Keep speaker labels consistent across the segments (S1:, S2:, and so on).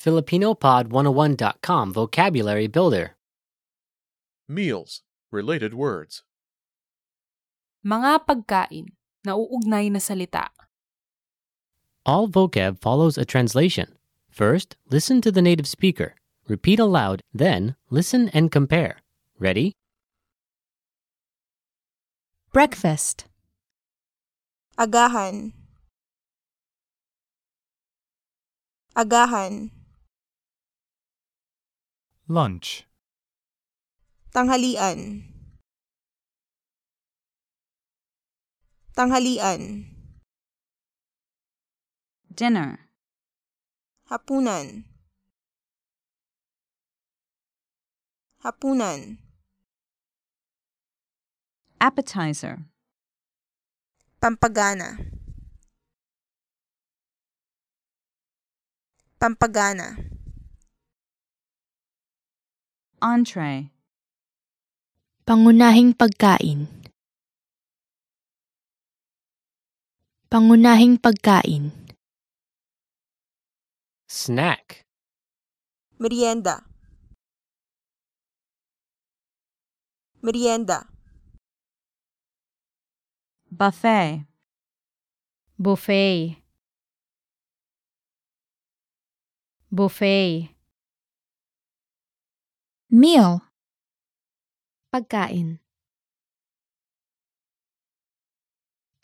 S1: FilipinoPod101.com Vocabulary Builder.
S2: Meals. Related words.
S3: Mga pagkain, nauugnay na salita.
S1: All vocab follows a translation. First, listen to the native speaker. Repeat aloud, then, listen and compare. Ready?
S4: Breakfast.
S5: Agahan. Agahan.
S6: Lunch.
S5: Tanghalian. Tanghalian.
S4: Dinner.
S5: Hapunan. Hapunan.
S4: Appetizer.
S5: Pampagana. Pampagana.
S4: Entree.
S7: Pangunahing pagkain. Pangunahing pagkain.
S1: Snack.
S5: Merienda. Merienda.
S4: Buffet.
S7: Buffet. Buffet. Meal. Pagkain.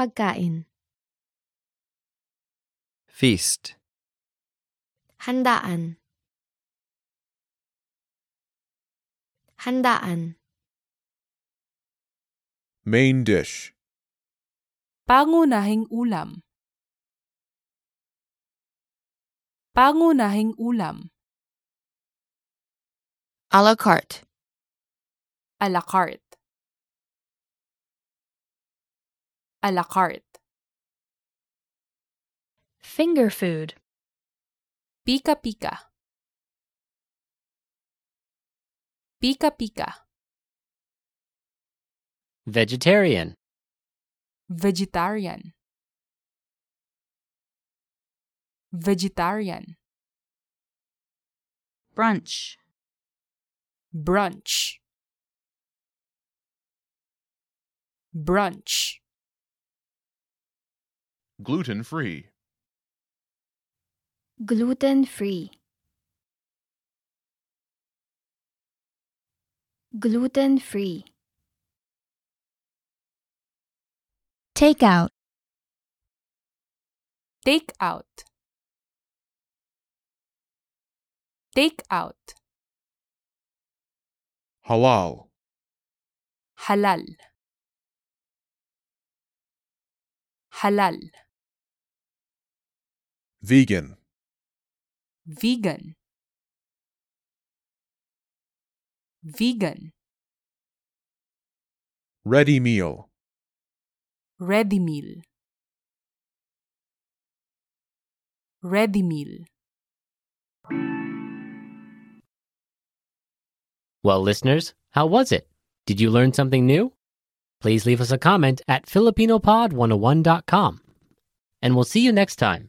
S7: Pagkain.
S8: Feast.
S7: Handaan. Handaan.
S2: Main dish.
S3: Pangunahing ulam. Pangunahing ulam.
S7: A la carte.
S3: A la carte. A la carte.
S7: Finger food.
S3: Pika-pika. Pika-pika.
S1: Vegetarian.
S3: Vegetarian. Vegetarian.
S4: Brunch.
S3: Brunch. Brunch.
S2: Gluten free.
S7: Gluten free. Gluten free. Takeout.
S3: Take out. Take out.
S2: Halal.
S3: Halal. Halal.
S2: Vegan.
S3: Vegan. Vegan.
S2: Ready meal.
S3: Ready meal. Ready meal.
S1: Well, listeners, how was it? Did you learn something new? oh Please leave us a comment at FilipinoPod101.com. And we'll see you next time.